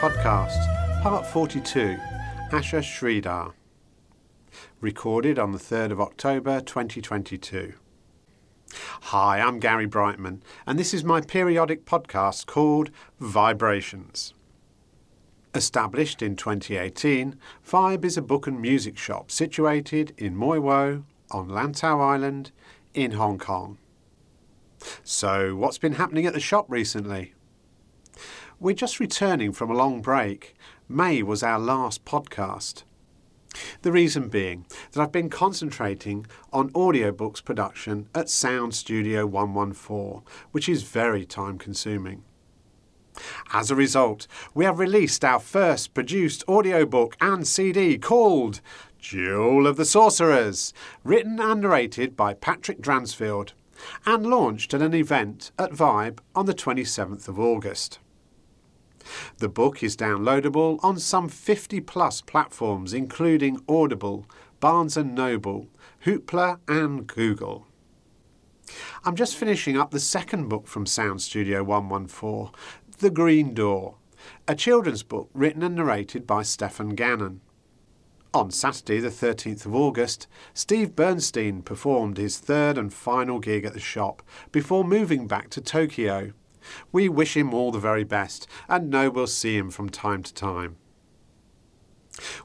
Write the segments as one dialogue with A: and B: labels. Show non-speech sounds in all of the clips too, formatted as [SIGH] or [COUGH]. A: Podcasts, Part 42, Asha Sridhar. Recorded on the 3rd of October 2022. Hi, I'm Gary Brightman, and this is my periodic podcast called Vibrations. Established in 2018, Vibe is a book and music shop situated in Moi Wo, on Lantau Island, in Hong Kong. So, what's been happening at the shop recently? We're just returning from a long break. May was our last podcast. The reason being that I've been concentrating on audiobooks production at Sound Studio 114, which is very time consuming. As a result, we have released our first produced audiobook and CD called Jewel of the Sorcerers, written and narrated by Patrick Dransfield, and launched at an event at Vibe on the 27th of August. The book is downloadable on some 50 plus platforms, including Audible, Barnes & Noble, Hoopla, and Google. I'm just finishing up the second book from Sound Studio 114, The Green Door, a children's book written and narrated by Stefan Gannon. On Saturday, the 13th of August, Steve Bernstein performed his third and final gig at the shop before moving back to Tokyo. We wish him all the very best and know we'll see him from time to time.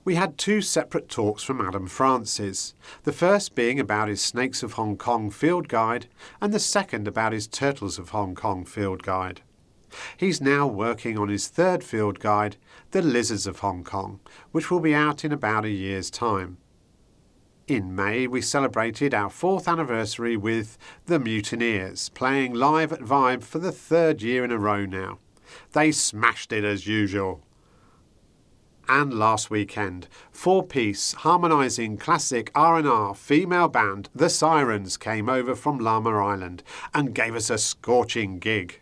A: We had two separate talks from Adam Francis, the first being about his Snakes of Hong Kong field guide and the second about his Turtles of Hong Kong field guide. He's now working on his third field guide, The Lizards of Hong Kong, which will be out in about a year's time. In May, we celebrated our fourth anniversary with The Mutineers, playing live at Vibe for the third year in a row now. They smashed it as usual. And last weekend, four-piece harmonising classic R&R female band The Sirens came over from Llama Island and gave us a scorching gig.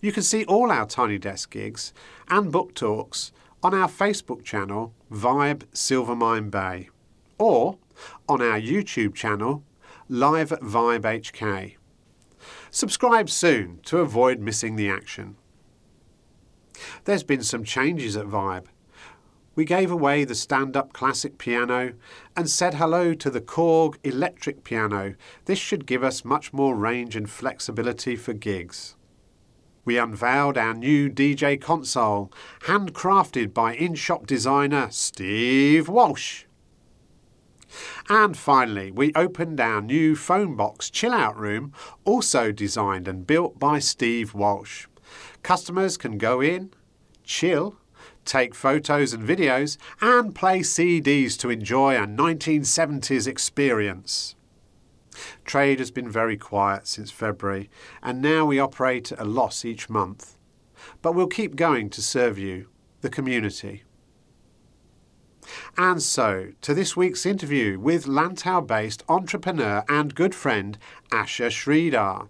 A: You can see all our Tiny Desk gigs and book talks on our Facebook channel, Vibe Silvermine Bay, or on our YouTube channel, Live at Vibe HK. Subscribe soon to avoid missing the action. There's been some changes at Vibe. We gave away the stand up classic piano and said hello to the Korg electric piano. This should give us much more range and flexibility for gigs we unveiled our new DJ console, handcrafted by in shop designer Steve Walsh. And finally, we opened our new phone box chill out room, also designed and built by Steve Walsh. Customers can go in, chill, take photos and videos, and play CDs to enjoy a 1970s experience. Trade has been very quiet since February, and now we operate at a loss each month. But we'll keep going to serve you, the community. And so, to this week's interview with Lantau based entrepreneur and good friend Asha Sridhar.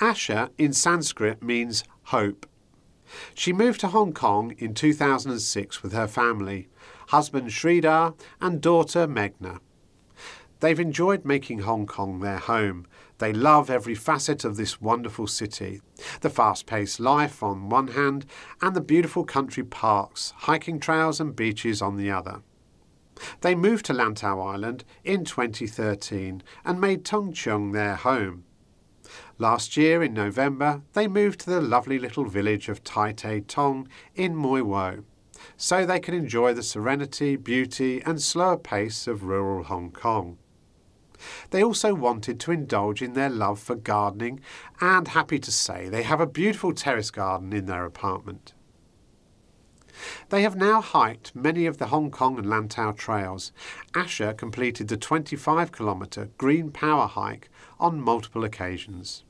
A: Asha in Sanskrit means hope. She moved to Hong Kong in 2006 with her family, husband Sridhar, and daughter Meghna. They've enjoyed making Hong Kong their home. They love every facet of this wonderful city. The fast paced life on one hand, and the beautiful country parks, hiking trails, and beaches on the other. They moved to Lantau Island in 2013 and made Tung Chung their home. Last year, in November, they moved to the lovely little village of Tai Te Tong in Moi Wo, so they can enjoy the serenity, beauty, and slower pace of rural Hong Kong. They also wanted to indulge in their love for gardening and happy to say they have a beautiful terrace garden in their apartment. They have now hiked many of the Hong Kong and Lantau trails. Asher completed the 25 kilometre Green Power hike on multiple occasions.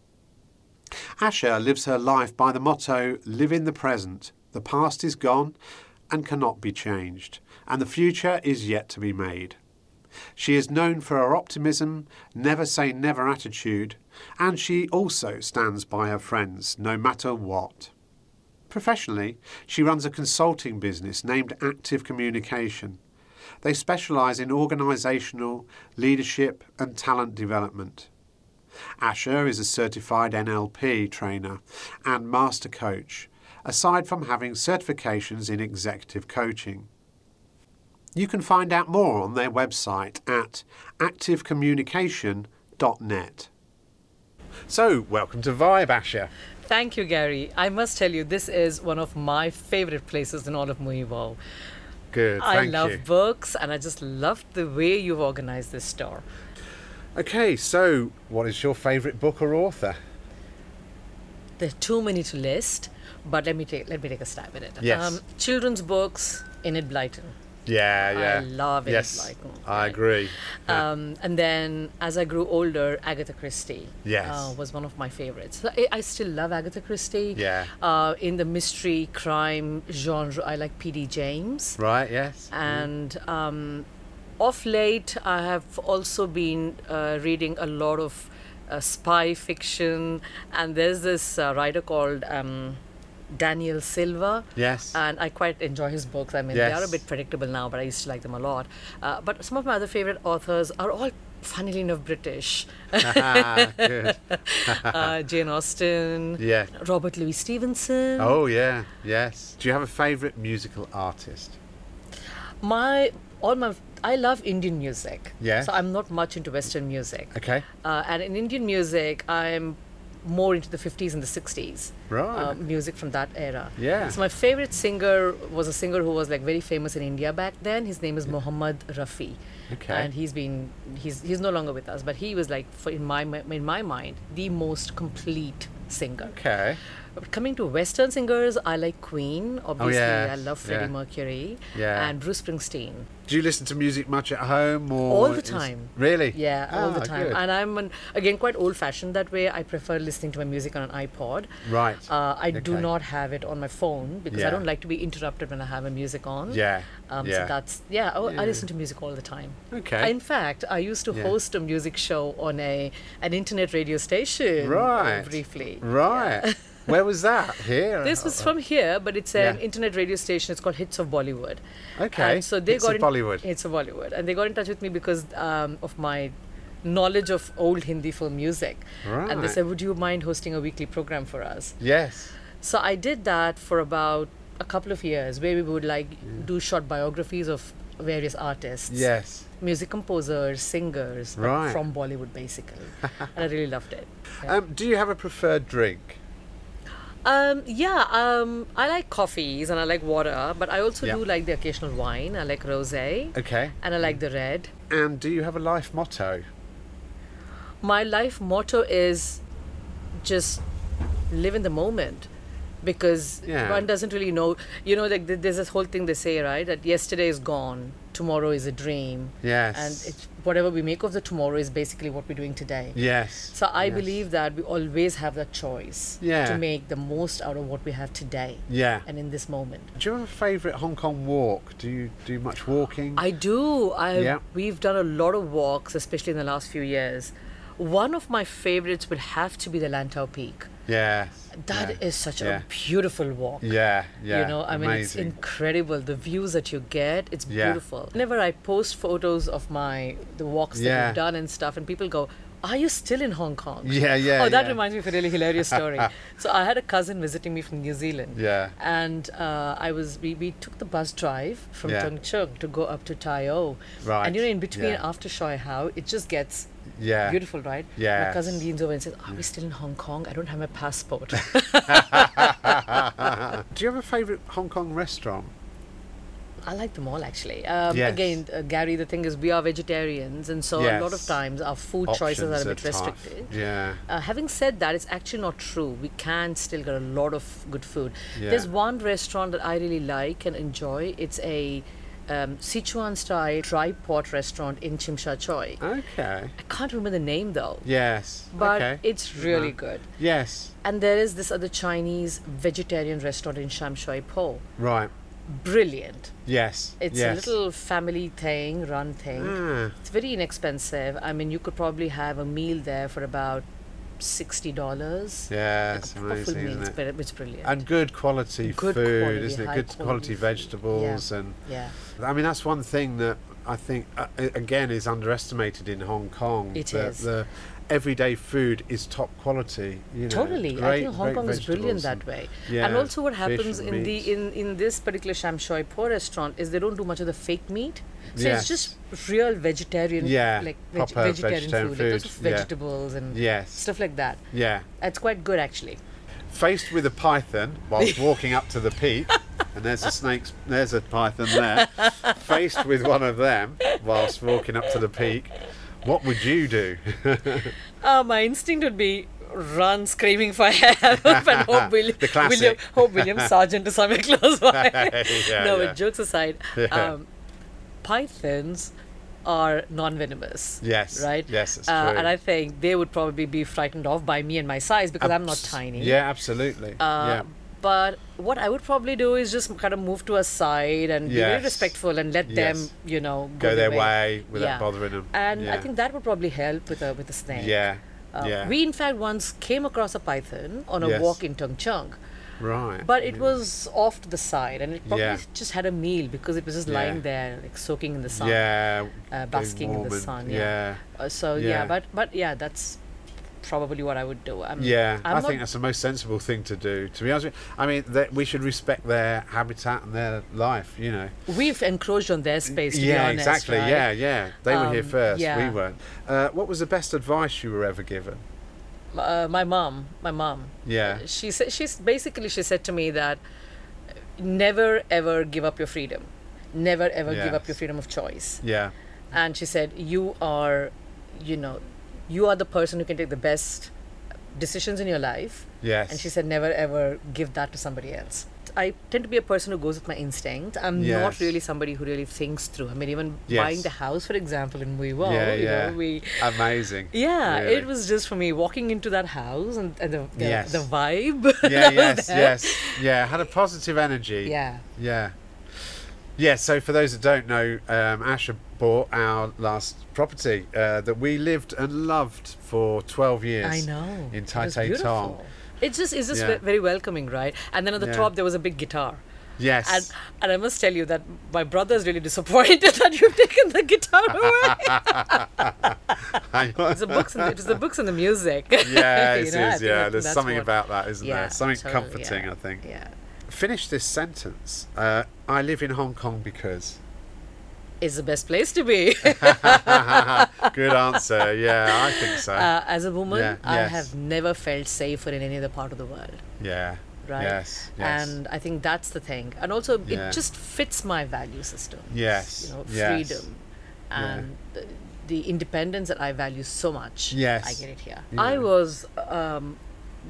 A: Asher lives her life by the motto live in the present, the past is gone and cannot be changed, and the future is yet to be made. She is known for her optimism, never say never attitude, and she also stands by her friends no matter what. Professionally, she runs a consulting business named Active Communication. They specialise in organisational, leadership, and talent development. Asher is a certified NLP trainer and master coach, aside from having certifications in executive coaching. You can find out more on their website at activecommunication.net. So, welcome to Vibe, Asher.
B: Thank you, Gary. I must tell you, this is one of my favorite places in all of Muiwau.
A: Good,
B: I
A: thank
B: love
A: you.
B: books, and I just love the way you've organized this store.
A: Okay, so what is your favourite book or author?
B: There are too many to list, but let me take let me take a stab at it. Um,
A: Yes.
B: children's books in it Blyton.
A: Yeah,
B: I
A: yeah.
B: love it,
A: Yes,
B: Michael.
A: I agree. Yeah.
B: Um, and then as I grew older, Agatha Christie
A: Yes.
B: uh, was one of my favorites. So I, I still love Agatha Christie.
A: Yeah.
B: Uh, in the mystery crime genre, I like P.D. James.
A: right, yes.
B: uh, And um, off late, I have also been uh, reading a lot of uh, spy fiction. And there's this uh, writer called um, Daniel Silva.
A: Yes. [LAUGHS]
B: And I quite enjoy his books. I mean, they are a
A: Yes.
B: bit predictable now, but I used to like them a lot. Uh, but some of my other favorite authors are all, funnily
A: [LAUGHS]
B: enough, British.
A: Ah, good.
B: [LAUGHS] uh, Jane Austen,
A: Yeah.
B: Robert Louis Stevenson.
A: Oh, yeah, yes. Do you have a favourite musical artist?
B: My all my I love Indian music.
A: Yes.
B: So I'm not much into Western music.
A: Okay.
B: Uh, and in Indian music, I'm more into the 50s and the 60s.
A: Right.
B: Uh, music from that era.
A: Yeah.
B: So my favorite singer was a singer who was like very famous in India back then. His name is Mohammad Rafi.
A: Okay.
B: And he's been he's he's no longer with us, but he was like for in my mi- in my mind the most complete singer.
A: Okay.
B: But coming to Western singers, I like Queen. Obviously, I
A: Oh, yes,
B: love Freddie
A: yeah.
B: Mercury
A: Yeah.
B: and Bruce Springsteen.
A: Do you listen to music much at home or
B: All the
A: Oh, is-
B: time.
A: really?
B: Yeah, all the
A: Ah,
B: time.
A: good.
B: And I'm an, again quite old fashioned that way. I prefer listening to my music on an iPod.
A: Right.
B: Uh, I do
A: Okay.
B: not have it on my phone because
A: Yeah.
B: I don't like to be interrupted when I have my music on.
A: Yeah,
B: Um,
A: yeah.
B: So that's yeah. I,
A: Yeah.
B: I listen to music all the time.
A: Okay.
B: In fact, I used to
A: Yeah.
B: host a music show on a an internet radio station. uh,
A: right.
B: Briefly.
A: Right. [LAUGHS] Where was that? Here.
B: This was from here, but it's an
A: Yeah.
B: internet radio station. It's called Hits of Bollywood.
A: Okay,
B: And so they
A: Hits
B: got
A: of
B: in-
A: Bollywood.
B: Hits of Bollywood, and they got in touch with me because um, of my knowledge of old Hindi film music. And they
A: Right.
B: said, "Would you mind hosting a weekly program for us?"
A: Yes.
B: So I did that for about a couple of years, where we would like do short biographies of various artists,
A: Yes.
B: music composers, singers, but
A: Right.
B: from Bollywood
A: [LAUGHS]
B: basically. and I really loved it. Yeah.
A: Um, do you have a preferred drink?
B: Um, yeah, um, I like coffees and I like water, but I also
A: Yeah.
B: do like the occasional wine. I like rosé
A: Okay.
B: and I like the red.
A: And do you have a life motto?
B: My life motto is just live in the moment because
A: Yeah.
B: one doesn't really know. You know, like th- there's this whole thing they say, right? That yesterday is gone, tomorrow is a dream,
A: Yes.
B: and it's, whatever we make of the tomorrow is basically what we're doing today.
A: yes.
B: So I
A: yes.
B: believe that we always have that choice
A: Yeah.
B: to make the most out of what we have today
A: Yeah.
B: and in this moment.
A: Do you have a favourite Hong Kong walk? Do you do much walking?
B: I do. I
A: Yeah.
B: we've done a lot of walks, especially in the last few years. One of my favorites would have to be the Lantau Peak.
A: yes.
B: That is
A: yeah.
B: such
A: yeah.
B: a beautiful walk.
A: Yeah. Yeah.
B: You know, I mean, it's
A: Amazing.
B: incredible the views that you get. It's
A: Yeah.
B: beautiful. Whenever I post photos of my the walks that
A: Yeah.
B: we've done and stuff, and people go, "Are you still in Hong Kong?"
A: Yeah, yeah,
B: [LAUGHS] Oh, that
A: yeah.
B: reminds me of a really hilarious story.
A: [LAUGHS]
B: so I had a cousin visiting me from New Zealand.
A: Yeah.
B: And uh, I was we, we took the bus drive from
A: Yeah.
B: Tung Chung to go up to Tai O.
A: Right,
B: And you know, in between
A: yeah.
B: after Shoy Hao, it just gets
A: Yeah.
B: beautiful, right? My cousin
A: Yes.
B: leans over and says, "Are we still in Hong Kong? I don't have
A: [LAUGHS]
B: my passport."
A: Do you have a favourite Hong Kong restaurant?
B: I like them all actually. Um,
A: Yes.
B: Again, uh, Gary, the thing is, we are vegetarians, and so a lot of
A: Yes.
B: times our food choices
A: Options
B: are a bit
A: tough.
B: restricted.
A: Yeah.
B: Uh, having said that, it's actually not true. We can still get a lot of good food.
A: Yeah.
B: There's one restaurant that I really like and enjoy. It's a um, Sichuan style dry pot restaurant in Chimsha Choi.
A: Okay.
B: I can't remember the name though,
A: Yes.
B: but
A: okay.
B: it's really
A: Mhm.
B: good.
A: Yes.
B: And there is this other Chinese vegetarian restaurant in Shamshui Po.
A: Right.
B: Brilliant.
A: Yes.
B: It's
A: yes.
B: a little family thing, run thing.
A: Ah,
B: It's very inexpensive. I mean, you could probably have a meal there for about sixty dollars.
A: yeah, it's
B: a full
A: amazing,
B: meal.
A: isn't
B: It's,
A: it?
B: bri- it's brilliant.
A: And good quality
B: Good
A: food,
B: quality,
A: isn't it?
B: high
A: Good
B: quality
A: quality
B: food.
A: vegetables and
B: yeah.
A: I mean that's one thing that I think uh, a- again is underestimated in Hong Kong.
B: It
A: It is
B: is.
A: The everyday food is top quality. You know,
B: Totally, I
A: great-
B: think Hong
A: great
B: Kong is
A: vegetables
B: brilliant that
A: and-
B: way. and
A: yeah,
B: also, what
A: fish
B: happens
A: and
B: in
A: meats.
B: the in in this particular Shamshoy Po restaurant is they don't do much of the fake meat, so
A: Yes.
B: it's just real vegetarian,
A: Yeah,
B: like
A: proper
B: vegetarian,
A: vegetarian
B: food, like lots
A: food,
B: of
A: yeah.
B: vegetables and
A: Yes.
B: stuff like that.
A: Yeah.
B: It's quite good actually.
A: Faced with a python
B: [LAUGHS]
A: whilst walking up to the peak, and there's a snake's there's a python
B: [LAUGHS]
A: there. Faced with one of them whilst walking up to the peak, what would you do?
B: Uh, my instinct would be run screaming for help
A: [LAUGHS]
B: and hope William,
A: The classic.
B: William hope William
A: [LAUGHS]
B: Sargent is somewhere close by.
A: Yeah,
B: no,
A: yeah.
B: but jokes aside,
A: [LAUGHS] Yeah.
B: um, pythons are non-venomous.
A: Yes,
B: Right.
A: yes, it's
B: Uh,
A: true.
B: and I think they would probably be frightened off by me and my size because I'm not tiny.
A: Yeah, absolutely.
B: Uh,
A: yeah.
B: But what I would probably do is just kind of move to a side and be very
A: Yes.
B: respectful and let them,
A: Yes.
B: you know,
A: Go their way without
B: Yeah.
A: bothering them.
B: And I
A: Yeah.
B: think that would probably help with a with a snake.
A: Yeah.
B: Uh,
A: yeah.
B: We in fact once came across a python on a
A: Yes.
B: walk in Tung Chung,
A: right.
B: but it
A: yeah.
B: was off to the side and it probably
A: Yeah.
B: just had a meal because it was just lying
A: Yeah.
B: there like soaking in the sun.
A: yeah, being
B: uh, basking in the
A: warm and-
B: sun, yeah.
A: yeah.
B: Uh, so yeah.
A: Yeah.
B: but but yeah, that's probably what I would do. I'm,
A: Yeah, i
B: I'm not,
A: think that's the most sensible thing to do. To be honest, with you. I mean, that we should respect their habitat and their life. You know.
B: we've encroached on their space. To
A: yeah,
B: be honest,
A: exactly.
B: right?
A: Yeah, yeah. They were here
B: Um,
A: first.
B: yeah.
A: We weren't. Uh, what was the best advice you were ever given?
B: uh, my mom my mom Uh,
A: Yeah.
B: she said she's basically she said to me that uh, never ever give up your freedom never ever give up your
A: Yes.
B: freedom of choice
A: Yeah.
B: and she said you are you know you are the person who can take the best decisions in your life
A: Yes.
B: and she said never ever give that to somebody else i tend to be a person who goes with my instinct i'm not
A: Yes.
B: really somebody who really thinks through i mean even
A: Yes.
B: buying the house for example in we were
A: Yeah,
B: you
A: yeah.
B: know we
A: Amazing.
B: [LAUGHS] yeah, it
A: really.
B: was just for me walking into that house and, and the, the,
A: Yes.
B: the vibe. [LAUGHS] that
A: Yeah.
B: was
A: Yes.
B: there.
A: Yes. Yeah. Had a positive energy.
B: Yeah.
A: Yeah. Yeah, so for those that don't know, um, Asha bought our last property uh, that we lived and loved for 12 years.
B: I know.
A: In
B: It was
A: Taipei Tong.
B: beautiful. It's just it's just
A: Yeah.
B: ve- very welcoming, right? And then at the
A: Yeah.
B: top there was a big guitar.
A: Yes.
B: And, and I must tell you that my brother is really disappointed [LAUGHS] that you've taken the
A: [LAUGHS]
B: guitar away.
A: I
B: [LAUGHS]
A: know.
B: it's the books and the, it's the books and the music. [LAUGHS]
A: yeah,
B: You
A: it is.
B: know, I think
A: Yeah,
B: that-
A: there's
B: that's
A: something
B: what-
A: about that, isn't
B: yeah,
A: there? Something
B: so,
A: comforting,
B: yeah,
A: I think.
B: Yeah.
A: Finish this sentence. Uh, I live in Hong Kong because.
B: It's the best place to
A: [LAUGHS]
B: be.
A: Good answer. Yeah, I think so.
B: [LAUGHS] Uh, as a woman,
A: Yeah,
B: I
A: yes.
B: have never felt safer in any other part of the world.
A: yeah.
B: right?
A: Yes. Yes.
B: And I think that's the thing. And also,
A: Yeah.
B: it just fits my value system.
A: Yes,
B: You know,
A: yes.
B: freedom
A: Yeah.
B: and the, the independence that I value so much.
A: Yes.
B: I get it here.
A: Yeah.
B: I was um,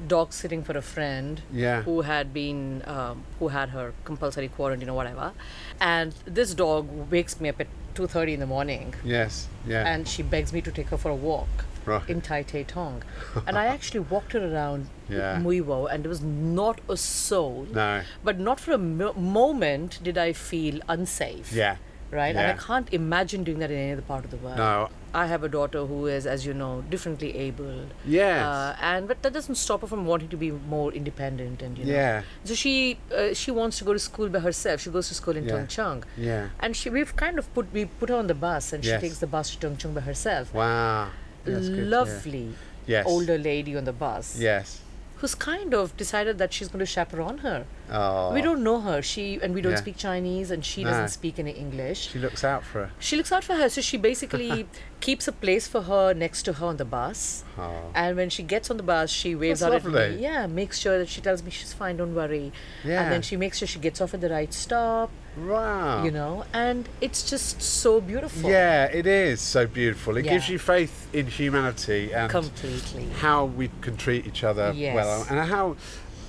B: dog sitting for a friend
A: yeah.
B: who had been, um, who had her compulsory quarantine or whatever. And this dog wakes me up at 2.30 in the morning
A: Yes. Yeah.
B: and she begs me to take her for a walk
A: Right.
B: in Tai Te Tong. And I actually walked her around
A: Yeah.
B: Mui Wo and there was not a soul.
A: no.
B: But not for a mo- moment did I feel unsafe.
A: Yeah.
B: Right? And I
A: Yeah.
B: can't imagine doing that in any other part of the world.
A: No.
B: I have a daughter who is, as you know, differently abled.
A: Yes.
B: Uh, and but that doesn't stop her from wanting to be more independent and you know.
A: Yeah.
B: So she uh, she wants to go to school by herself. She goes to school in
A: Yeah.
B: Tung Chung.
A: Yeah.
B: And she we've kind of put we put her on the bus and
A: Yes.
B: she takes the bus to Tung Chung by herself.
A: Wow. That's good, yeah.
B: Lovely
A: Yes.
B: older lady on the bus
A: Yes.
B: who's kind of decided that she's going to chaperone her.
A: Oh.
B: We don't know her. She and we don't
A: Yeah. Ah.
B: speak Chinese, and she
A: No.
B: doesn't speak any English.
A: She looks out for her.
B: She looks out for her, so
A: [LAUGHS]
B: she basically keeps a place for her next to her on the bus.
A: Oh.
B: And when she gets on the bus, she waves
A: That's
B: out at
A: lovely.
B: me. Yeah, makes sure that she tells me she's fine, don't worry.
A: Yeah.
B: And then she makes sure she gets off at the right stop,
A: Wow.
B: you know. And it's just so beautiful.
A: Yeah, it is so beautiful. It gives
B: Yeah.
A: you faith in humanity and
B: Completely.
A: how we can treat each other
B: Yes.
A: well, and how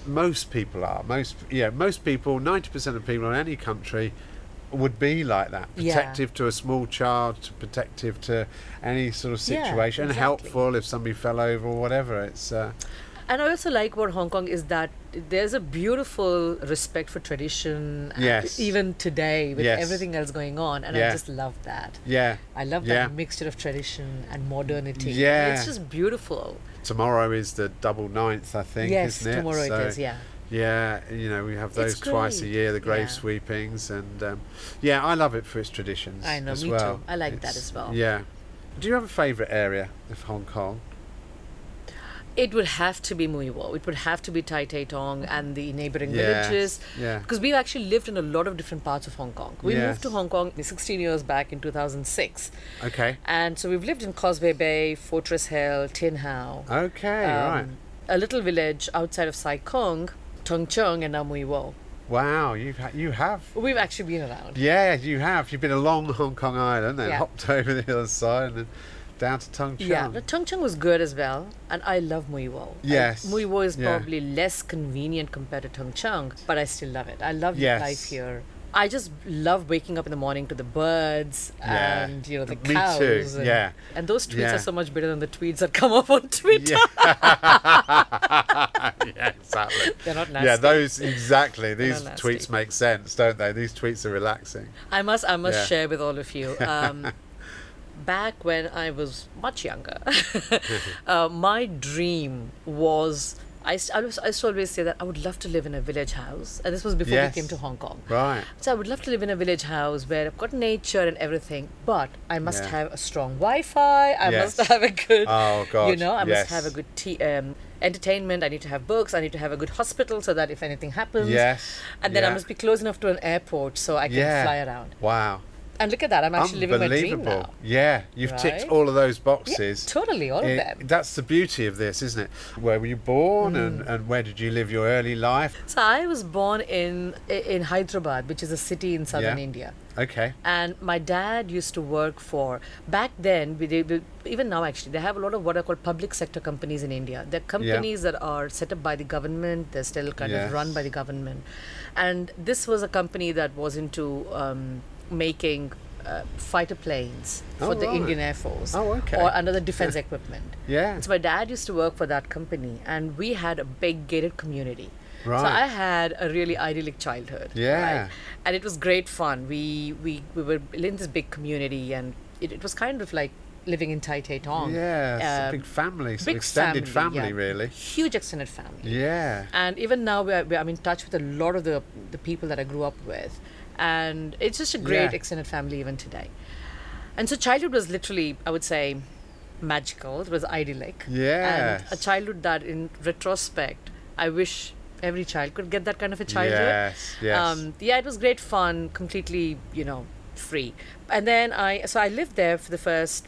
A: most people are. Most yeah, most people, ninety percent of people in any country would be like that.
B: Yeah.
A: Protective to a small child, to protective to any sort of
B: Yeah,
A: situation, and
B: exactly.
A: helpful if somebody fell over or whatever. It's uh,
B: And I also like what Hong Kong is that there's a beautiful respect for tradition, and
A: Yes.
B: even today with
A: Yes.
B: everything else going on, and I
A: Yeah.
B: just love that.
A: yeah.
B: I love
A: Yeah.
B: that mixture of tradition and modernity.
A: Yeah.
B: it's just beautiful.
A: Tomorrow is the double ninth, I think.
B: yes,
A: isn't it?
B: tomorrow
A: So-
B: it is. Yeah,
A: Yeah, you know, we have those
B: It's
A: twice a
B: great.
A: year, the grave
B: Yeah.
A: sweepings, and um, yeah, I love it for its traditions.
B: I know,
A: as
B: me too.
A: well.
B: I like that as well.
A: Yeah. Do you have a favourite area of Hong Kong?
B: It would have to be Mui Wah. It would have to be Tai Tai Tong and the neighboring
A: Yes,
B: villages.
A: yeah.
B: Because we've actually lived in a lot of different parts of Hong Kong. We
A: Yes.
B: moved to Hong Kong 16 years back in 2006.
A: Okay.
B: And so we've lived in Causeway Bay, Fortress Hill, Tin Hao.
A: Okay, right.
B: um, A little village outside of Sai Kung, Tung Chung, and now Mui Wah.
A: Wow, you've ha- you have.
B: We've actually been around.
A: Yeah, you have. You've been along Hong Kong Island and
B: Yeah.
A: hopped [LAUGHS] over the other side and then down to Tung Chung.
B: Yeah, the Tung Chung was good as well, and I love Mui Wo.
A: Yes,
B: Mui Wo is
A: yeah.
B: probably less convenient compared to Tung Chung, but I still love it. I love
A: Yes.
B: life here. I just love waking up in the morning to the birds
A: Yeah.
B: and you know the
A: Me too,
B: cows. And,
A: yeah.
B: and those tweets
A: Yeah.
B: are so much better than the tweets that come up on [LAUGHS] Twitter.
A: [LAUGHS] yeah, exactly.
B: They're not
A: Yeah,
B: nasty.
A: those exactly. These
B: not
A: tweets
B: nasty.
A: make sense, don't they? These tweets are relaxing.
B: I must, I must
A: Yeah.
B: share with all
A: [LAUGHS]
B: of you. Um, back when I was much younger, [LAUGHS] uh, my dream was. I, s- I, was, I used to always say that I would love to live in a village house, and this was before
A: Yes.
B: we came to Hong Kong.
A: Right.
B: So I would love to live in a village house where I've got nature and everything, but I must
A: Yeah.
B: have a strong Wi-Fi. I
A: Yes.
B: must have a good,
A: Oh,
B: you
A: God,
B: know, I
A: yes.
B: must have a good tea, um, entertainment. I need to have books. I need to have a good hospital so that if anything happens,
A: Yes.
B: Um, and then I
A: yeah.
B: must be close enough to an airport so I can fly around.
A: Wow.
B: And look at that, I'm actually living my dream
A: Unbelievable.
B: now.
A: Yeah, you've ticked
B: Right?
A: all of those boxes.
B: Totally, all of
A: It-
B: them.
A: That's the beauty of this, isn't it? Where were you born
B: Mm.
A: and, and where did you live your early life?
B: So I was born in in Hyderabad, which is a city in southern
A: Yeah.
B: India.
A: Okay.
B: And my dad used to work for back then. we- They, we- even now, actually, they have a lot of what are called public sector companies in India. They're companies that are set up by the government. They're still kind
A: Yes.
B: of run by the government. And this was a company that was into um, making uh, fighter planes
A: Oh,
B: for the
A: right.
B: Indian Air Force
A: Oh, okay.
B: or another defense equipment.
A: Yeah.
B: So my dad used to work for that company, and we had a big gated community. So
A: Right.
B: I had a really idyllic childhood.
A: Yeah.
B: Right? And it was great fun. We we, we were in this big community, and it, it was kind of like living in Tai Tai Tong.
A: Yeah, it's
B: Uh,
A: a big family, sort of
B: big
A: extended family,
B: yeah.
A: really.
B: Huge extended family.
A: Yeah.
B: And even now, we're, we're, I'm in touch with a lot of the, the people that I grew up with. And it's just a great
A: Yeah.
B: extended family even today. And so childhood was literally, I would say, magical. It was idyllic. And a
A: Yes.
B: childhood that, in retrospect, I wish every child could get that kind of a childhood.
A: Yes, yes.
B: Um, yeah, it was great fun, completely, you know, free. And then I, so I lived there for the first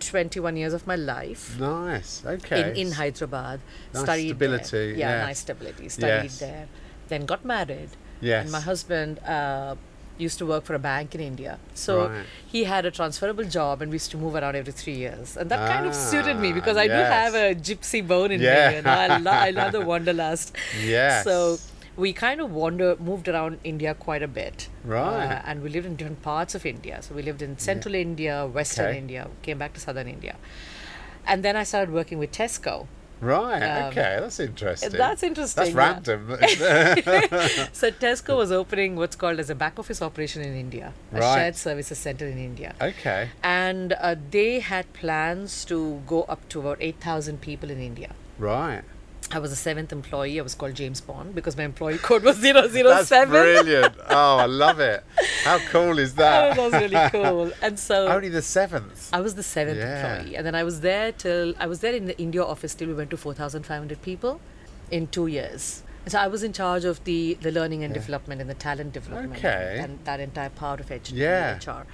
B: 21 years of my life
A: Nice. Okay.
B: in, in Hyderabad.
A: Nice
B: studied
A: stability,
B: There. Yeah,
A: yes.
B: nice stability. Studied
A: Yes.
B: there. Then got married.
A: Yes.
B: And my husband uh, used to work for a bank in India. So
A: Right.
B: he had a transferable job and we used to move around every three years. And that kind of suited me
A: Ah,
B: because I
A: yes.
B: do have a gypsy bone in
A: Yeah.
B: me and I, lo- I
A: [LAUGHS]
B: love the wanderlust.
A: Yes.
B: So we kind of wander, moved around India quite a bit.
A: Right.
B: Uh, and we lived in different parts of India. So we lived in central India, western
A: Okay.
B: India, came back to southern India. And then I started working with Tesco.
A: Right.
B: Um,
A: okay. That's interesting.
B: That's interesting.
A: That's
B: yeah. [LAUGHS]
A: random. isn't it?
B: So Tesco was opening what's called as a back office operation in India, a
A: Right.
B: shared services center in India.
A: okay.
B: And uh, they had plans to go up to about 8,000 people in India.
A: Right.
B: I was the seventh employee. I was called James Bond because my employee code was
A: [LAUGHS]
B: 007.
A: That's brilliant. Oh, I love it. How cool is
B: [LAUGHS] that
A: that?
B: was really cool.
A: [LAUGHS]
B: And so
A: Only the seventh.
B: I was the seventh
A: Yeah.
B: employee, and then I was there till I was there in the India office till we went to four thousand five hundred people in two years. And so I was in charge of the the learning and development and the talent development
A: Okay.
B: and that entire part of H
A: Yeah.
B: HR.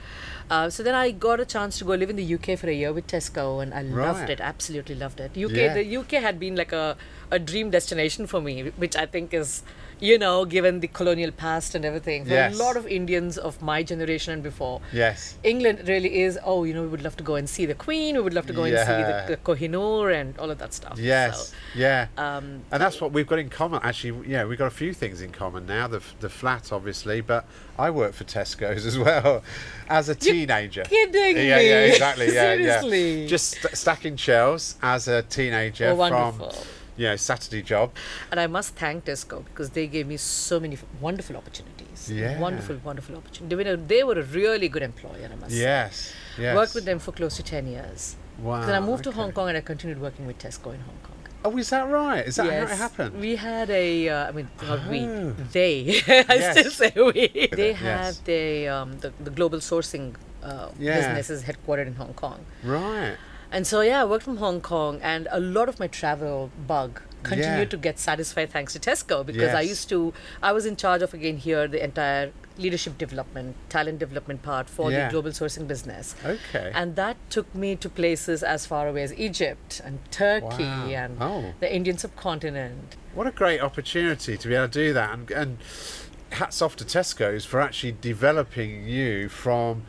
B: Uh, so then I got a chance to go live in the UK for a year with Tesco, and I
A: Right.
B: loved it. Absolutely loved it. UK
A: Yeah.
B: the UK had been like a a dream destination for me, which I think is. You know, given the colonial past and everything, for
A: Yes.
B: a lot of Indians of my generation and before,
A: Yes.
B: England really is, oh, you know, we would love to go and see the Queen, we would love to go
A: Yeah.
B: and see the, the Kohinoor and all of that stuff.
A: Yes.
B: So,
A: yeah.
B: um,
A: and that's what we've got in common. Actually, yeah, we've got a few things in common now. The, f- the flat, obviously, but I work for Tesco's [LAUGHS] as well as a teenager.
B: kidding
A: yeah,
B: me.
A: Yeah, exactly. Yeah, yeah.
B: Seriously?
A: Just st- stacking shelves as a teenager
B: Oh,
A: from,
B: wonderful.
A: you know, Saturday job.
B: and I must thank Tesco because they gave me so many f- wonderful opportunities.
A: Yeah.
B: Wonderful, wonderful opportunities. They were, they were a really good employer, I must say.
A: Yes. Yes.
B: Worked with them for close to 10 years.
A: Wow.
B: then I moved to
A: Ah, okay.
B: Hong Kong and I continued working with Tesco in Hong Kong.
A: Oh, is that right? Is that how it
B: Yes.
A: happened?
B: We had a, uh, I mean, not
A: Oh.
B: we, they, [LAUGHS] I still
A: Yes.
B: say we. They
A: Yes.
B: have the, um, the, the global sourcing uh,
A: Yeah.
B: business is headquartered in Hong Kong.
A: right.
B: And so, yeah, I worked from Hong Kong, and a lot of my travel bug continued
A: Yeah.
B: to get satisfied thanks to Tesco because I
A: Yes.
B: used to, I was in charge of, again, here the entire leadership development, talent development part for
A: Yeah.
B: the global sourcing business.
A: Okay.
B: And that took me to places as far away as Egypt and Turkey
A: Wow.
B: and
A: Oh.
B: the Indian subcontinent.
A: What a great opportunity to be able to do that, and, and hats off to Tesco's for actually developing you from,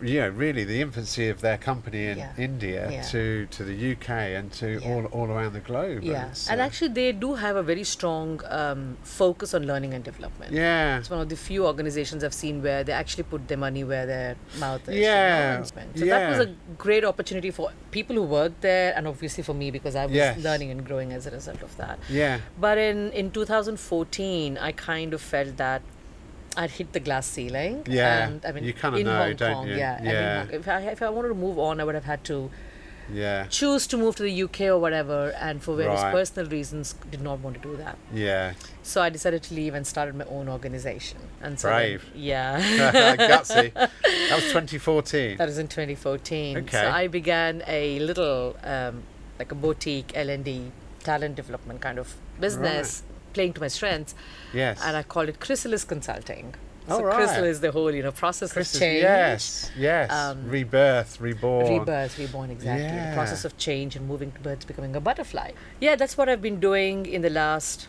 A: you know, really the infancy of their company in
B: Yeah.
A: India
B: Yeah.
A: to, to the UK and to
B: Yeah.
A: all all around the globe.
B: Yeah,
A: it's,
B: and
A: uh,
B: actually, they do have a very strong um, focus on learning and development.
A: yeah,
B: It's one of the few organizations I've seen where they actually put their money where their mouth is. you know,
A: Yeah,
B: and spend. So
A: yeah.
B: that was a great opportunity for people who worked there, and obviously for me because I was
A: Yes.
B: learning and growing as a result of that.
A: yeah,
B: But in in 2014, I kind of felt that I'd hit the glass ceiling.
A: Yeah,
B: and, I mean,
A: you kinda
B: in
A: know,
B: Hong
A: don't
B: Kong,
A: you?
B: Yeah, I mean,
A: Yeah.
B: Hong- if I if I wanted to move on, I would have had to
A: yeah,
B: choose to move to the UK or whatever, and for various
A: Right.
B: personal reasons, did not want to do that.
A: yeah. [LAUGHS]
B: So I decided to leave and started my own organization. And so then-
A: Brave.
B: yeah. [LAUGHS]
A: Gutsy. That was 2014.
B: that was in 2014.
A: Okay.
B: So I began a little um, like a boutique L&D talent development kind of business playing to my strengths
A: Yes.
B: and I called it Chrysalis Consulting.
A: All
B: so
A: right.
B: Chrysalis the whole, you know, process
A: Chris
B: of
A: is-
B: change.
A: yes, yes.
B: um,
A: Rebirth, reborn.
B: Rebirth, reborn, exactly.
A: Yeah.
B: The process of change and moving towards becoming a butterfly. Yeah, that's what I've been doing in the last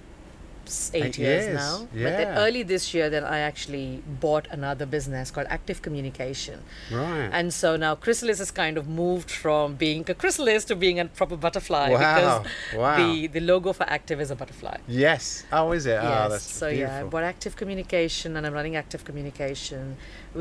B: s-
A: Eight
B: eight, years,
A: years,
B: now. But then
A: yeah.
B: early this year, then I actually bought another business called Active Communication.
A: Right.
B: And so now Chrysalis has kind of moved from being a chrysalis to being a proper butterfly
A: Wow,
B: because
A: wow.
B: the the logo for Active is a butterfly.
A: yes. Oh, is it? Oh,
B: Yes.
A: that's
B: so yeah,
A: beautiful.
B: but active communication, and I'm running active communication.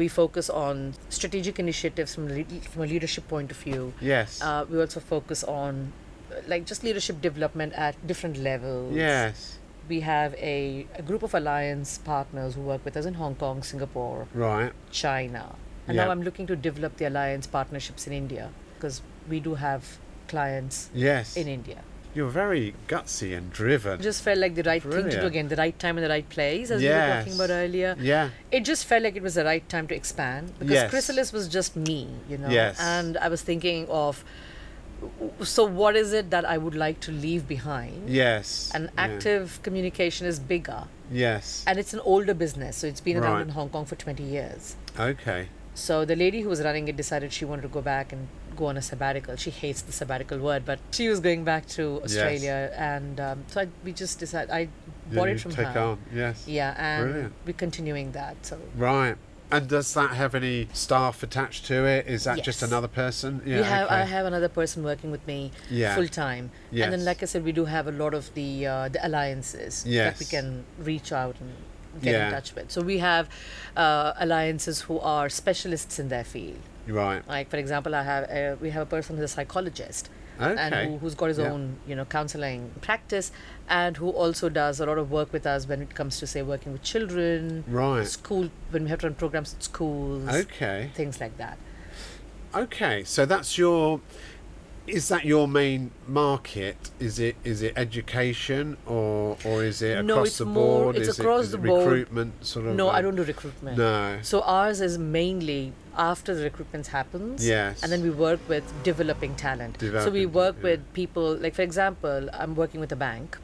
B: We focus on strategic initiatives from le- from a leadership point of view.
A: yes.
B: Uh, we also focus on uh, like just leadership development at different levels.
A: yes.
B: We have a, a group of alliance partners who work with us in Hong Kong, Singapore,
A: Right.
B: China, and
A: Yeah.
B: now I'm looking to develop the alliance partnerships in India because we do have clients
A: Yes.
B: in India.
A: You're very gutsy and driven.
B: Just felt like the right thing to
A: Brilliant.
B: do again, the right time and the right place, as we were talking about
A: Yes.
B: earlier.
A: yeah.
B: it just felt like it was the right time to expand because
A: Yes.
B: chrysalis was just me you know
A: Yes.
B: and i was thinking of so what is it that i would like to leave behind
A: Yes.
B: and
A: yeah,
B: active communication is bigger
A: Yes.
B: and it's an older business so it's been around
A: Right.
B: in hong kong for 20 years
A: Okay.
B: so the lady who was running it decided she wanted to go back and go on a sabbatical she hates the sabbatical word but she was going back to australia and um, so I, we just decided i bought
A: You
B: it from
A: take
B: her
A: on. Yes.
B: yeah and
A: Brilliant.
B: we're continuing that so
A: Right. And does that have any staff attached to it? Is that just
B: Yes.
A: another person? Yeah.
B: we have
A: okay.
B: I have another person working with me
A: Yeah.
B: full time, and
A: Yes.
B: then like I said, we do have a lot of the uh, the alliances that we
A: Yes.
B: can reach out and get
A: Yeah.
B: in touch with. So we have uh, alliances who are specialists in their field.
A: Right.
B: Like for example, I have uh, we have a person who's a psychologist. And
A: Okay.
B: who, who's got his
A: Yeah.
B: own, you know, counseling practice, and who also does a lot of work with us when it comes to, say, working with children,
A: Right.
B: school, when we have to run programs at schools,
A: Okay.
B: things like that.
A: Okay. So that's your. Is that your main market? Is it is it education or or is it across
B: No, it's
A: the
B: more-
A: board?
B: it's
A: is it-
B: across
A: is
B: the
A: it
B: board.
A: recruitment sort of?
B: No,
A: uh,
B: I don't do recruitment.
A: No.
B: So ours is mainly after the recruitment happens.
A: Yes.
B: And then we work with developing talent. so we
A: Developing,
B: work
A: yeah.
B: with people, like for example, I'm working with a bank,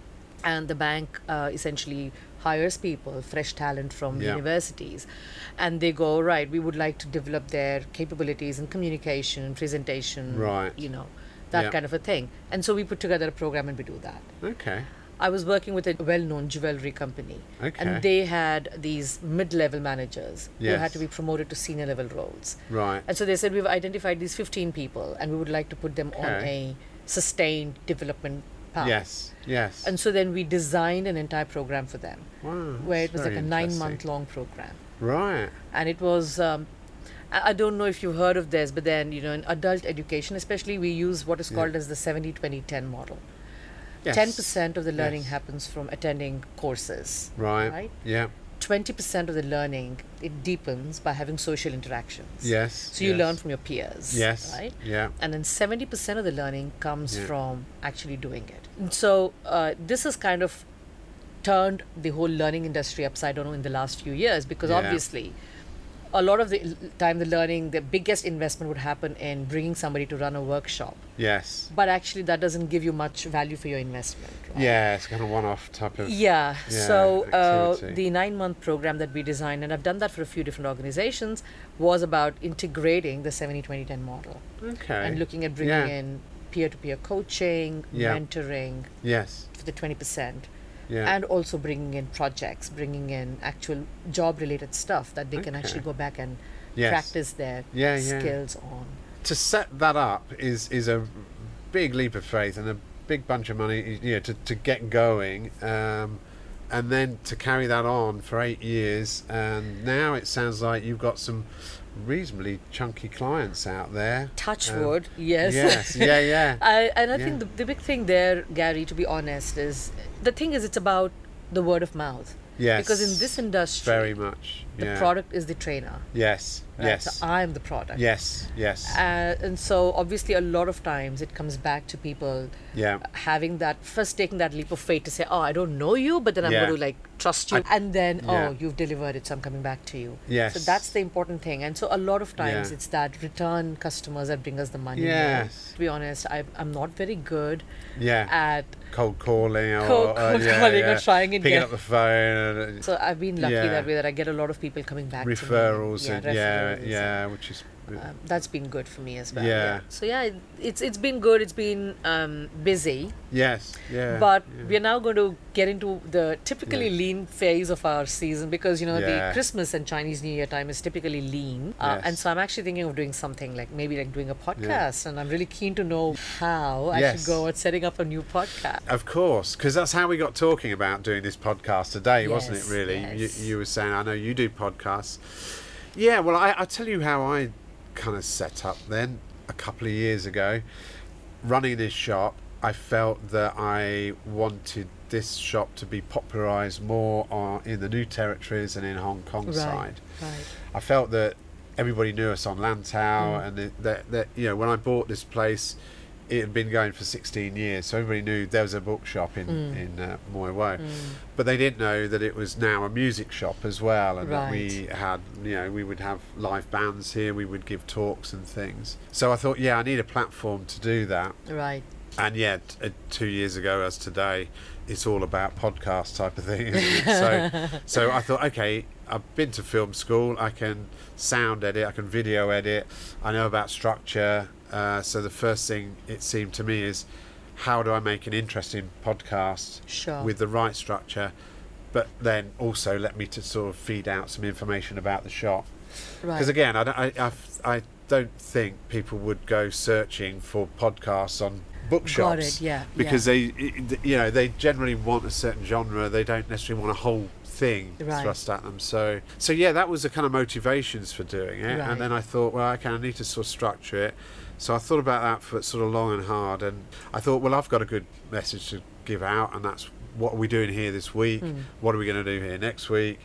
B: and the bank uh, essentially hires people, fresh talent from
A: Yeah.
B: universities, and they go right. We would like to develop their capabilities in communication, presentation,
A: Right.
B: You know, that
A: Yeah.
B: kind of a thing. And so we put together a program and we do that.
A: Okay.
B: I was working with a well-known jewelry company,
A: Okay.
B: and they had these mid-level managers who
A: Yes.
B: had to be promoted to senior-level roles.
A: Right.
B: And so they said we've identified these 15 people, and we would like to put them on
A: Okay.
B: a sustained development path.
A: Yes. Yes.
B: And so then we designed an entire program for them,
A: wow,
B: where
A: that's
B: it was
A: very
B: like a
A: interesting.
B: nine-month-long program,
A: Right.
B: and it was. Um, I I don't know if you've heard of this, but then, you know, in adult education, especially, we use what is
A: Yeah.
B: called as the 70 20 10 model.
A: Yes.
B: 10% of the learning
A: Yes.
B: happens from attending courses.
A: Right.
B: right?
A: Yeah.
B: 20% of the learning it deepens by having social interactions
A: Yes.
B: so you
A: yes.
B: learn from your peers
A: Yes.
B: right
A: Yeah.
B: and then 70% of the learning comes
A: Yeah.
B: from actually doing it And so uh, this has kind of turned the whole learning industry upside down in the last few years because
A: Yeah.
B: obviously a lot of the l- time the learning the biggest investment would happen in bringing somebody to run a workshop
A: Yes.
B: but actually that doesn't give you much value for your investment right?
A: Yeah, it's kind of one-off type of.
B: Yeah.
A: Yeah,
B: so uh,
A: activity.
B: the nine month program that we designed, and I've done that for a few different organizations, was about integrating the 70 20 10 model
A: Okay.
B: and looking at bringing
A: Yeah.
B: in peer to peer coaching,
A: Yeah.
B: mentoring
A: Yes.
B: for the 20%.
A: Yeah.
B: And also bringing in projects, bringing in actual job related stuff that they can actually
A: Okay.
B: go back and
A: Yes.
B: practice their
A: Yeah, yeah.
B: skills on.
A: to set that up is is a big leap of faith and a big bunch of money you know to, to get going um, and then to carry that on for eight years and now it sounds like you've got some reasonably chunky clients out there
B: Touch
A: Um,
B: wood, yes. [LAUGHS] Uh,
A: yes yeah yeah
B: I, and I think
A: Yeah.
B: the, the big thing there, Gary, to be honest, is the thing is it's about the word of mouth.
A: yes
B: Because in this industry,
A: very much
B: the
A: yeah.
B: product is the trainer.
A: yes
B: right?
A: yes
B: So I'm the product.
A: yes yes
B: Uh, and so obviously, a lot of times it comes back to people
A: yeah
B: having that first taking that leap of faith to say, "Oh, I don't know you, but then I'm
A: Yeah.
B: going to like trust you," and then,
A: Yeah.
B: "Oh, you've delivered it, so I'm coming back to you." So
A: Yes.
B: that's the important thing. And so a lot of times
A: Yeah.
B: it's that return customers that bring us the money. more.
A: Yes.
B: To be honest, I, I'm not very good
A: yeah
B: at
A: cold calling or,
B: uh, Cold-
A: uh,
B: cold
A: yeah,
B: calling or
A: yeah.
B: trying and
A: picking
B: get-
A: up the phone uh,
B: So I've been lucky
A: Yeah.
B: that way that I get a lot of people coming back.
A: referrals
B: to me.
A: and yeah,
B: referrals.
A: yeah, which is
B: Um, that's been good for me as well.
A: Yeah.
B: So yeah, it- it's it's been good. It's been um, busy,
A: yes, yeah.
B: but
A: yeah.
B: we're now going to get into the typically
A: Yeah.
B: lean phase of our season because you know
A: Yeah.
B: the Christmas and Chinese New Year time is typically lean, uh, and
A: Yes.
B: so I'm actually thinking of doing something like maybe like doing a podcast, and I'm really keen to know how I
A: Yes.
B: should go at setting up a new podcast.
A: Of course, because that's how we got talking about doing this podcast today, wasn't it?
B: Yes,
A: Really,
B: yes.
A: you, you were saying, I know you do podcasts. Yeah, well, I, I'll tell you how I kind of set up then a couple of years ago. Running this shop, I felt that I wanted this shop to be popularised more on, in the new territories and in Hong Kong side.
B: Right.
A: I felt that everybody knew us on Lantau, and it, that, that you know when I bought this place, it had been going for 16 years, so everybody knew there was a bookshop in in uh, Moy Woe, but they didn't know that it was now a music shop as well, and that we had you know we would have live bands here, we would give talks and things. So I thought, yeah, I need a platform to do that.
B: Right.
A: And yeah, t- uh, two years ago as today, it's all about podcast type of thing. Isn't it? so, so I thought, okay, I've been to film school. I can sound edit. I can video edit. I know about structure. Uh, so the first thing it seemed to me is, how do I make an interesting podcast
B: Sure.
A: with the right structure, but then also let me to sort of feed out some information about the shop. Because
B: Right.
A: again, I don't, I, I've- I, don't think people would go searching for podcasts on bookshops.
B: it, yeah, yeah.
A: Because they, i- you know, they generally want a certain genre. They don't necessarily want a whole thing
B: Right.
A: thrust at them. So, so yeah, that was the kind of motivations for doing it.
B: Right.
A: And then I thought, well, okay, I need to sort of structure it. So I thought about that for sort of long and hard, and I thought, well, I've got a good message to give out, and that's what are we doing here this week? What are we going to do here next week?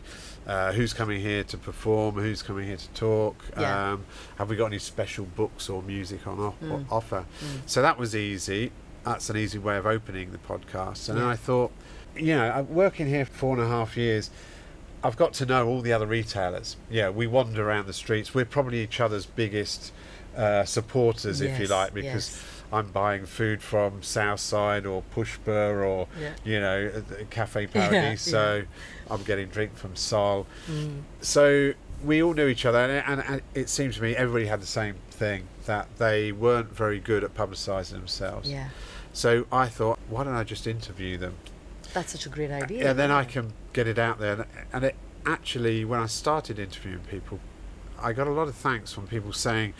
A: Uh, who's coming here to perform? Who's coming here to talk?
B: Yeah.
A: Um, have we got any special books or music on off-
B: Mm.
A: offer? So that was easy. That's an easy way of opening the podcast. And then
B: Yeah.
A: I thought, you know, I'm working here for four and a half years. I've got to know all the other retailers. Yeah, we wander around the streets. We're probably each other's biggest uh, supporters, if you
B: Yes,
A: like, because
B: yes.
A: I'm buying food from Southside or Pushbur or
B: Yeah.
A: you know uh, the Cafe Paradis.
B: [LAUGHS] yeah.
A: So I'm getting drink from Sol. So we all knew each other, and, and, and it seemed to me everybody had the same thing that they weren't very good at publicising themselves.
B: Yeah.
A: So I thought, why don't I just interview them?
B: That's such a great idea.
A: Yeah, then I can get it out there. And it actually, when I started interviewing people, I got a lot of thanks from people saying,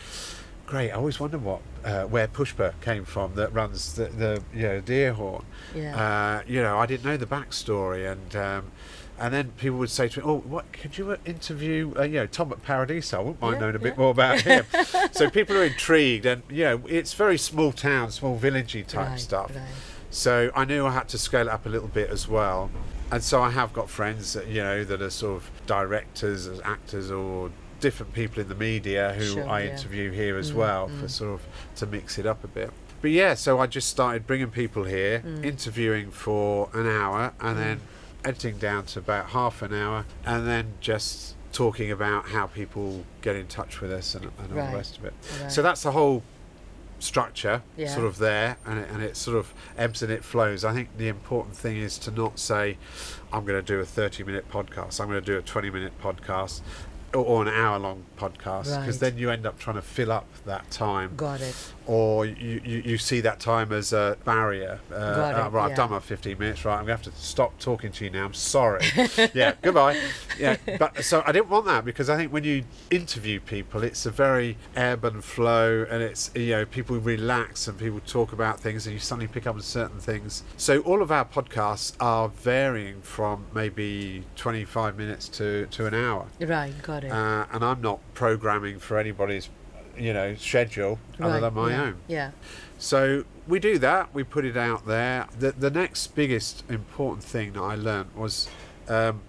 A: "Great, I always wonder what uh, where Pushpa came from that runs the, the you know Deerhorn.
B: Yeah.
A: Uh, you know, I didn't know the backstory and." Um, and then people would say to me, "Oh, what could you uh, interview? Uh, you know, Tom at Paradiso. I wouldn't mind
B: Yeah,
A: knowing a bit
B: yeah.
A: more
B: [LAUGHS]
A: about him." so people are intrigued, and you know, it's very small town, small villagey type
B: Right,
A: stuff.
B: right.
A: So I knew I had to scale it up a little bit as well. And so I have got friends, that, you know, that are sort of directors, as actors, or different people in the media who
B: Sure,
A: I
B: yeah. Mm,
A: interview here as well for sort of to mix it up a bit. But yeah, so I just started bringing people here,
B: Mm.
A: interviewing for an hour, and then editing down to about half an hour, and then just talking about how people get in touch with us and, and all
B: Right,
A: the rest of it. So
B: right.
A: that's the whole structure
B: Yeah.
A: sort of there and it, and it sort of ebbs and it flows i think the important thing is to not say i'm going to do a 30 minute podcast i'm going to do a 20 minute podcast or, or an hour long podcast because
B: Right.
A: then you end up trying to fill up that time
B: Got it.
A: or you, you, you see that time as a barrier. Uh,
B: Got it,
A: "Oh, right, I've
B: yeah.
A: done my 15 minutes, right, I'm going to have to stop talking to you now, I'm
B: [LAUGHS]
A: sorry. yeah, goodbye. Yeah, but so I didn't want that because I think when you interview people, it's a very ebb and flow and it's, you know, people relax and people talk about things and you suddenly pick up on certain things. So all of our podcasts are varying from maybe 25 minutes to, to an hour
B: Right, got it.
A: uh, and I'm not programming for anybody's, you know, schedule other
B: right,
A: than my
B: yeah,
A: own.
B: Yeah.
A: So we do that. We put it out there. The the next biggest important thing that I learnt was um,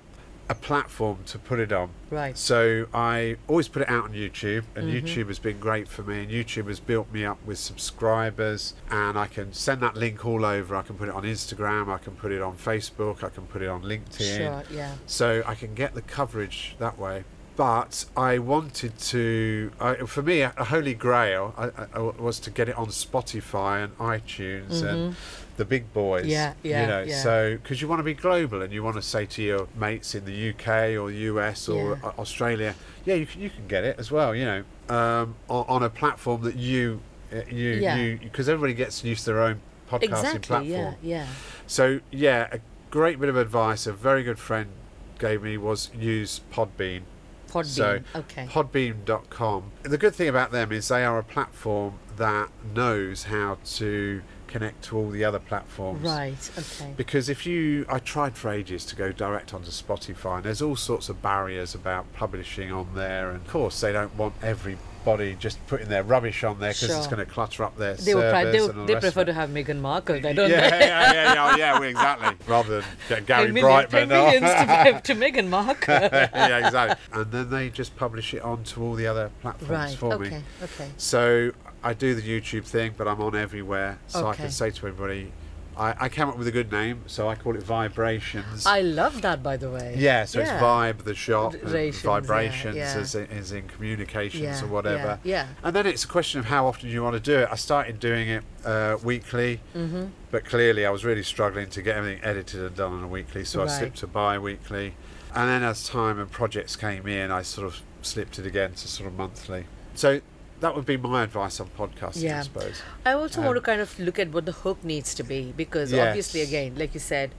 A: a platform to put it on.
B: Right. Mm-hmm.
A: So I always put it out on YouTube, and YouTube has been great for me. And YouTube has built me up with subscribers, and I can send that link all over. I can put it on Instagram. I can put it on Facebook. I can put it on LinkedIn
B: Sure, yeah.
A: so I can get the coverage that way. But I wanted to, I for me, a holy grail I, I- I was to get it on Spotify and iTunes and the big boys.
B: Mm-hmm. Yeah,
A: You
B: yeah,
A: know,
B: yeah.
A: so because you want to be global and you want to say to your mates in the UK or US or
B: Yeah.
A: A- Australia, yeah, you can, you can get it as well. You know, um, on, on a platform that you, uh, you,
B: Yeah.
A: you, because everybody gets used to their own podcasting platform.
B: Exactly, yeah, yeah.
A: So yeah, a great bit of advice a very good friend gave me was use Podbean.
B: Podbean,
A: So
B: okay.
A: Podbean.com. The good thing about them is they are a platform that knows how to connect to all the other platforms.
B: Right, okay.
A: Because if you, I tried for ages to go direct onto Spotify, and there's all sorts of barriers about publishing on there. And of course, they don't want everybody just putting their rubbish on there because it's
B: Sure.
A: going to clutter up their
B: They would
A: servers
B: pri- they,
A: and all
B: would,
A: the
B: they
A: rest of
B: prefer
A: it.
B: to have Meghan Markle, they don't
A: yeah,
B: they?
A: yeah, yeah, yeah,
B: [LAUGHS]
A: yeah, well, exactly. Rather than get [LAUGHS]
B: Pay
A: Gary
B: million- pay
A: Brightman. off.
B: [LAUGHS] millions to, to Meghan
A: [LAUGHS]
B: Markle.
A: yeah, exactly. And then they just publish it onto all the other platforms
B: right,
A: for me.
B: okay, okay.
A: So I do the YouTube thing, but I'm on everywhere. So I
B: Okay.
A: can say to everybody, I, I came up with a good name, so I call it Vibrations.
B: I love that, by the way.
A: yeah, so
B: Yeah.
A: it's vibe the shop, and
B: Rations, yeah,
A: vibrations
B: yeah.
A: As, in, as in communications
B: Yeah,
A: or
B: yeah,
A: whatever.
B: yeah.
A: And then it's a question of how often you want to do it. I started doing it uh, weekly,
B: Mm-hmm.
A: but clearly I was really struggling to get everything edited and done on a weekly, so I
B: Right.
A: slipped to bi weekly. And then as time and projects came in, I sort of slipped it again to sort of monthly. So that would be my advice on podcasting, I
B: Yeah.
A: suppose.
B: I also
A: Um,
B: want to kind of look at what the hook needs to be because
A: Yes.
B: obviously, again, like you said,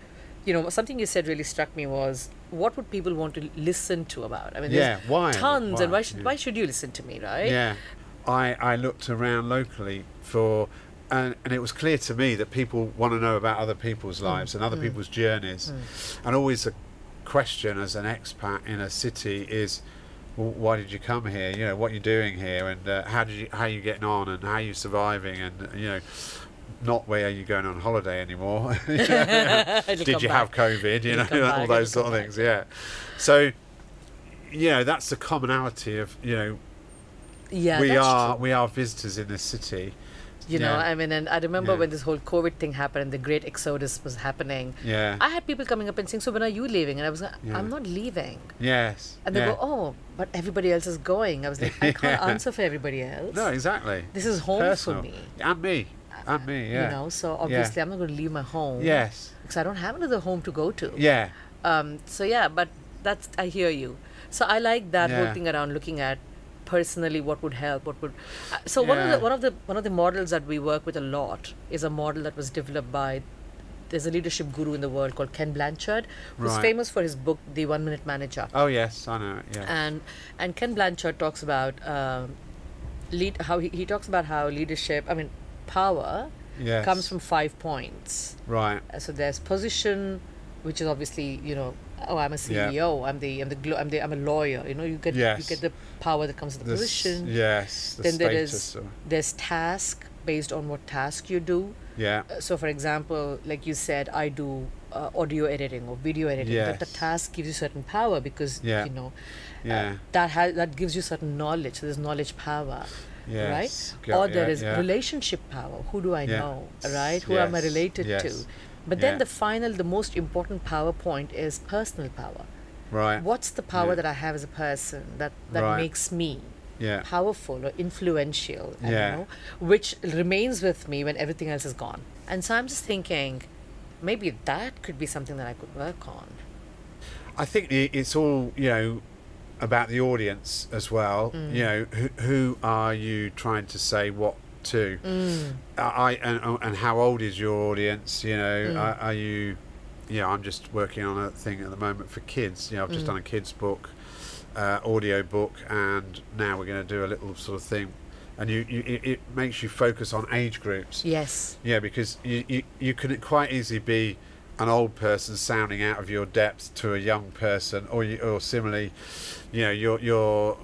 B: you know, something you said really struck me was what would people want to listen to about? I mean,
A: Yeah,
B: there's
A: why?
B: tons, and
A: Why?
B: why should
A: Yeah.
B: why should you listen to me, right?
A: Yeah, I I looked around locally for, and, and it was clear to me that people want to know about other people's
B: Mm.
A: lives and other people's journeys, and always the question as an expat in a city is. "Well, Why did you come here? You know what you're doing here, and uh, how did you how you getting on, and how you surviving, and uh, you know, not where are you going on holiday
B: [LAUGHS]
A: anymore? [LAUGHS]
B: It'll
A: did
B: come
A: you
B: back.
A: have COVID? You know, [LAUGHS]
B: come
A: all
B: back,
A: those
B: it'll
A: sort
B: come
A: of things. Yeah. So, you know, that's the commonality of you know
B: Yeah,
A: we
B: that's
A: are
B: true.
A: we are visitors in this city.
B: You know,
A: yeah.
B: I mean, and I remember
A: Yeah.
B: when this whole COVID thing happened and the great exodus was happening.
A: Yeah.
B: I had people coming up and saying, "So when are you leaving?" And I was, like,
A: Yeah.
B: "I'm not leaving."
A: yes.
B: And they
A: yeah.
B: go, "Oh, but everybody else is going." I was like, "I
A: [LAUGHS]
B: can't
A: Yeah.
B: answer for everybody else."
A: No, exactly.
B: This is home for
A: Personal.
B: me. Uh,
A: And me. And me. Yeah.
B: You know, so obviously I'm not going to leave my home.
A: Yes.
B: Because I don't have another home to go to.
A: Yeah.
B: Um, so yeah, but that's I hear you. So I like that
A: Yeah.
B: whole thing around looking at personally what would help, what would. Uh, so one of the
A: Yeah.
B: one of the one of the models that we work with a lot is a model that was developed by. There's a leadership guru in the world called Ken Blanchard, who's
A: Right.
B: famous for his book, The One Minute Manager
A: Oh yes, I know. it, Yeah.
B: and and Ken Blanchard talks about um, lead how he, he talks about how leadership I mean power
A: Yes.
B: comes from five points
A: right.
B: Uh, so there's position which is obviously you know oh I'm a
A: Yeah.
B: CEO I'm the I'm the, glo- I'm the I'm a lawyer you know you get you
A: Yes.
B: get the power that comes with the
A: The s-
B: position
A: yes. The
B: then there
A: status
B: is
A: or-
B: there's task based on what task you do.
A: Yeah.
B: Uh, So, for example, like you said, I do uh, audio editing or video editing. That the
A: Yes.
B: task gives you certain power because
A: Yeah.
B: you know uh,
A: Yeah.
B: that has that gives you certain knowledge. There's knowledge power,
A: Yes.
B: right?
A: Got
B: or there
A: ya,
B: is
A: yeah.
B: relationship power. Who do I
A: Yeah.
B: know, right? Who am I
A: Yes,
B: related
A: yes.
B: to? But then
A: Yeah.
B: the final, the most important power point is personal power.
A: Right.
B: What's the power
A: Yeah.
B: that I have as a person that that
A: Right.
B: makes me
A: Yeah.
B: powerful or influential, I don't
A: Yeah.
B: know, which remains with me when everything else is gone. And so I'm just thinking, maybe that could be something that I could work on.
A: I think i- it's all you know about the audience as well. You know, who, who are you trying to say what to? I I and, uh, and how old is your audience? You know, are, are you? You know, I'm just working on a thing at the moment for kids. You know, I've just done a kids book, uh, audio book, and now we're going to do a little sort of thing. And you, you it, it makes you focus on age groups.
B: Yes.
A: Yeah, because you, you, you could quite easily be an old person sounding out of your depth to a young person, or you, or similarly, you know, you're you're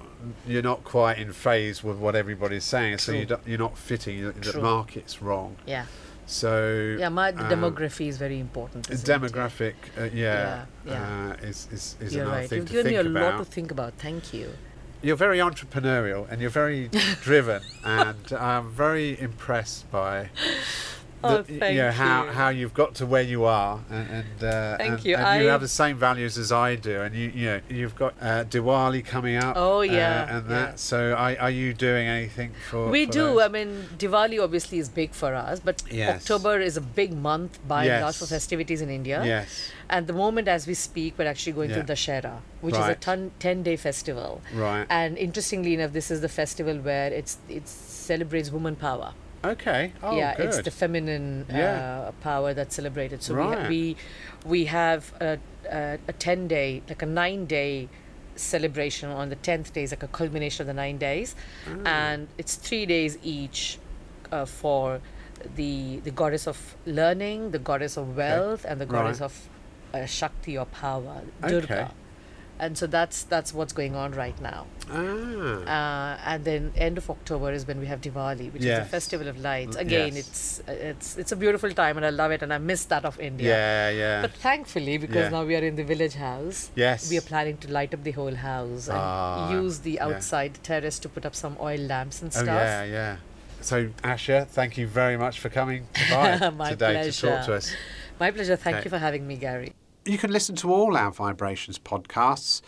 A: you're not quite in phase with what everybody's saying, so you
B: True.
A: don't, you're not fitting. you- The
B: True.
A: market's wrong.
B: Yeah.
A: So
B: Yeah, my the
A: um,
B: demography is very important. isn't it?
A: demographic, uh, yeah,
B: Yeah, yeah.
A: Uh, is is, is
B: You're
A: another
B: right.
A: thing
B: You've
A: to
B: given me a
A: think
B: lot
A: about.
B: to think about. Thank you.
A: You're very entrepreneurial and you're very
B: [LAUGHS]
A: driven, and I'm very impressed by
B: Oh,
A: y-
B: thank
A: you know, how,
B: you.
A: how you've got to where you are, and and, uh,
B: Thank
A: and,
B: you.
A: and you
B: I-
A: have the same values as I do, and you you know you've got uh, Diwali coming up.
B: Oh,
A: uh,
B: yeah,
A: and
B: yeah.
A: that. So are, are you doing anything for?
B: we
A: for
B: do. um,
A: those?
B: I mean, Diwali obviously is big for us, but
A: Yes.
B: October is a big month by and large for
A: Yes.
B: festivities in India.
A: Yes.
B: At the moment, as we speak, we're actually going
A: Yeah.
B: through Dashera, which is a
A: Right.
B: ton, 10 day festival.
A: Right.
B: And interestingly enough, this is the festival where it's it celebrates woman power.
A: Okay. Oh,
B: yeah,
A: good.
B: it's the feminine
A: Yeah.
B: uh, power that's celebrated. So
A: Right.
B: we, we we have a, a, a ten day, like a nine day celebration on the tenth day is like a culmination of the nine days,
A: Ah.
B: and it's three days each uh, for the the goddess of learning, the goddess of wealth, and the
A: Right.
B: goddess of uh, shakti or power,
A: Okay.
B: Durga. And so that's that's what's going on right now.
A: ah.
B: Uh, and then end of October is when we have Diwali, which is
A: Yes.
B: the festival of lights.
A: L-
B: Again,
A: yes.
B: it's it's it's a beautiful time, and I love it, and I miss that of India.
A: yeah. Yeah.
B: But thankfully, because
A: Yeah.
B: now we are in the village house,
A: yes.
B: we are planning to light up the whole house and
A: Ah,
B: use the
A: yeah.
B: outside terrace to put up some oil lamps and
A: oh
B: stuff.
A: yeah. Yeah. So Asha, thank you very much for coming
B: [LAUGHS]
A: by
B: My
A: today to talk
B: pleasure.
A: to us.
B: My pleasure. Thank
A: Okay.
B: you for having me, Gary.
A: You can listen to all our Vibrations podcasts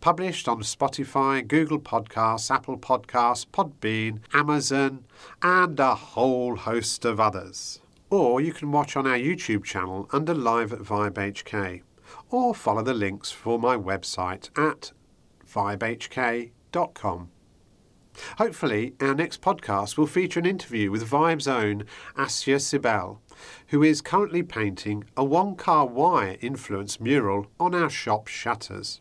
A: published on Spotify, Google Podcasts, Apple Podcasts, Podbean, Amazon, and a whole host of others. Or you can watch on our YouTube channel under Live at VibeHK, or follow the links for my website at vibehk.com. Hopefully, our next podcast will feature an interview with Vibe's own Asya Sibel, who is currently painting a Wonkar Wire influenced mural on our shop shutters.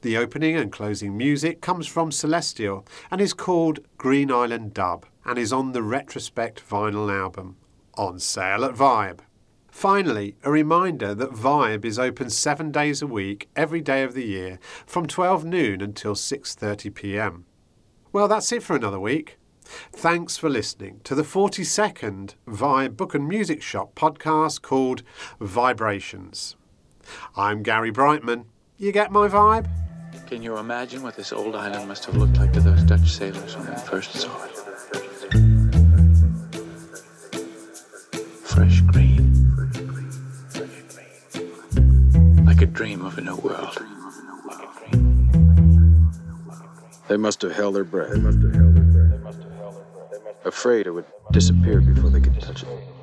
A: The opening and closing music comes from Celestial and is called Green Island Dub and is on the Retrospect vinyl album, on sale at Vibe. Finally, a reminder that Vibe is open 7 days a week every day of the year from 12 noon until 6:30 p.m. Well, that's it for another week. Thanks for listening to the 42nd Vibe Book and Music Shop podcast called Vibrations. I'm Gary Brightman. You get my vibe?
C: Can you imagine what this old island must have looked like to those Dutch sailors when they first saw it? Fresh green. Like a dream of a new world.
D: They must have held their breath. Afraid it would disappear before they could touch it.